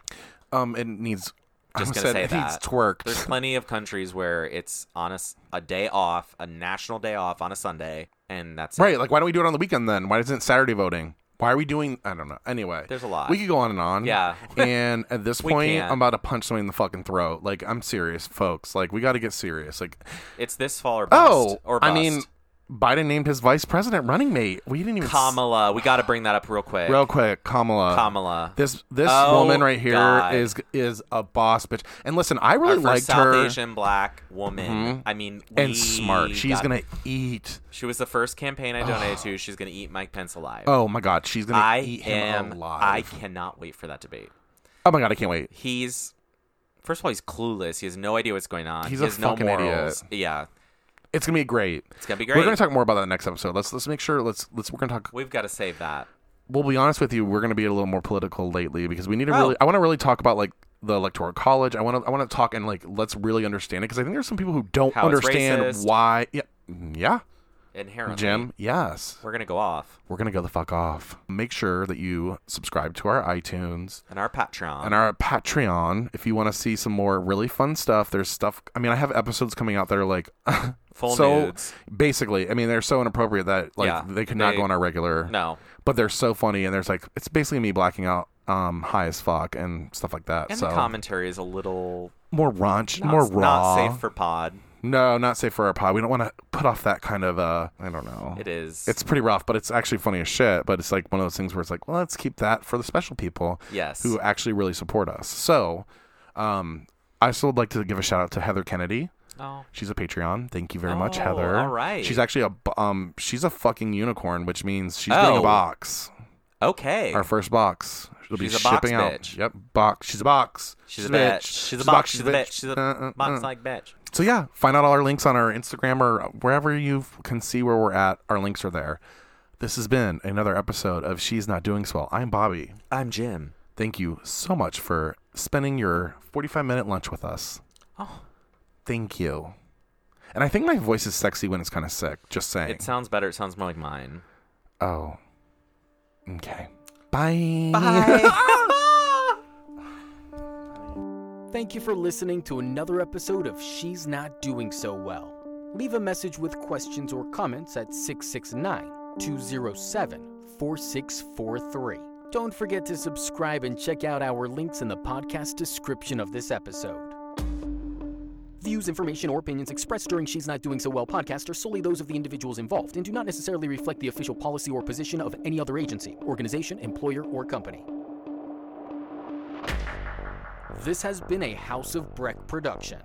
S2: um, it needs.
S3: Just
S2: I
S3: gonna
S2: said
S3: say
S2: it
S3: that.
S2: needs twerked.
S3: There's plenty of countries where it's on a, s- a day off, a national day off on a Sunday, and that's it.
S2: Right. Like, why don't we do it on the weekend then? Why isn't Saturday voting? Why are we doing? I don't know. Anyway,
S3: There's a lot.
S2: We could go on and on.
S3: Yeah.
S2: and at this
S3: We
S2: point,
S3: can.
S2: I'm about to punch somebody in the fucking throat. Like, I'm serious, folks. Like, we got to get serious. Like,
S3: It's this fall or bust.
S2: oh,
S3: or
S2: I
S3: bust.
S2: mean, Biden named his vice president running mate. We didn't even s-
S3: Kamala. We got to bring that up real quick.
S2: Real quick, Kamala.
S3: Kamala.
S2: This this
S3: Oh,
S2: woman right here
S3: God.
S2: is is a boss bitch. And listen, I
S3: Our
S2: really
S3: first
S2: liked
S3: South
S2: her Mm-hmm.
S3: Asian black woman. I mean, we
S2: and smart. She's
S3: got-
S2: gonna eat.
S3: She was the first campaign I donated to. She's gonna eat Mike Pence alive.
S2: Oh my god, she's gonna
S3: I
S2: eat him
S3: am.
S2: alive.
S3: I cannot wait for that debate.
S2: oh my god, I can't wait.
S3: He's first of all, he's clueless. He has no idea what's going on.
S2: He's
S3: he
S2: a
S3: has no
S2: fucking idiot.
S3: morals. Yeah,
S2: It's gonna be great. It's
S3: gonna be
S2: We're
S3: great.
S2: gonna talk more about that next episode. Let's let's make sure. Let's let's we're gonna talk.
S3: we've got to save that.
S2: We'll be honest with you. We're gonna be a little more political lately because we need to
S3: Oh.
S2: really. I want to really talk about like the electoral college. I want to I want to talk and like let's really understand it because I think there's some people who don't
S3: How it's
S2: understand
S3: racist.
S2: why. Yeah, yeah,
S3: Inherently,
S2: Jim. Yes,
S3: we're gonna go off
S2: we're gonna go the fuck off. Make sure that you subscribe to our iTunes
S3: and our Patreon.
S2: and our Patreon if you want to see some more really fun stuff. There's stuff. I mean, I have episodes coming out that are like
S3: Full
S2: so
S3: nudes.
S2: basically. I mean, they're so inappropriate that like
S3: Yeah,
S2: they could not
S3: they-
S2: go on our regular.
S3: no,
S2: but they're so funny, and there's like it's basically me blacking out, um, high as fuck and stuff like that.
S3: and
S2: so
S3: the commentary is a little
S2: more raunch,
S3: not,
S2: more raw.
S3: not safe for pod.
S2: no, not safe for our pod. We don't want to put off that kind of uh, I don't know.
S3: It is.
S2: It's pretty rough, but it's actually funny as shit. But it's like one of those things where it's like, well, let's keep that for the special people
S3: Yes.
S2: who actually really support us. So, um, I still would like to give a shout out to Heather Kennedy.
S3: oh.
S2: She's a Patreon. Thank you very much,
S3: Oh,
S2: Heather.
S3: all right.
S2: She's actually a b- um. She's a fucking unicorn, which means she's getting a
S3: Oh.
S2: box.
S3: Okay.
S2: Our first box. She'll be
S3: She's a box
S2: shipping out.
S3: bitch.
S2: Yep, box. She's a box.
S3: She's a bitch. She's a box. She's a bitch. She's
S2: Uh, uh,
S3: a box
S2: uh.
S3: like bitch.
S2: So yeah, find out all our links on our Instagram or wherever you can see where we're at. Our links are there. This has been another episode of She's Not Doing So Well. I'm Bobby.
S3: I'm Jim.
S2: Thank you so much for spending your 45 minute lunch with us.
S3: Oh.
S2: Thank you. And I think my voice is sexy when it's kind of sick. Just saying.
S3: It sounds better. It sounds more like mine.
S2: oh. Okay. Bye.
S7: Thank you for listening to another episode of She's Not Doing So Well. Leave a message with questions or comments at 669 207 4643. Don't forget to subscribe and check out our links in the podcast description of this episode. Views, information, or opinions expressed during She's Not Doing So Well podcast are solely those of the individuals involved and do not necessarily reflect the official policy or position of any other agency, organization, employer, or company. This has been a House of Breck production.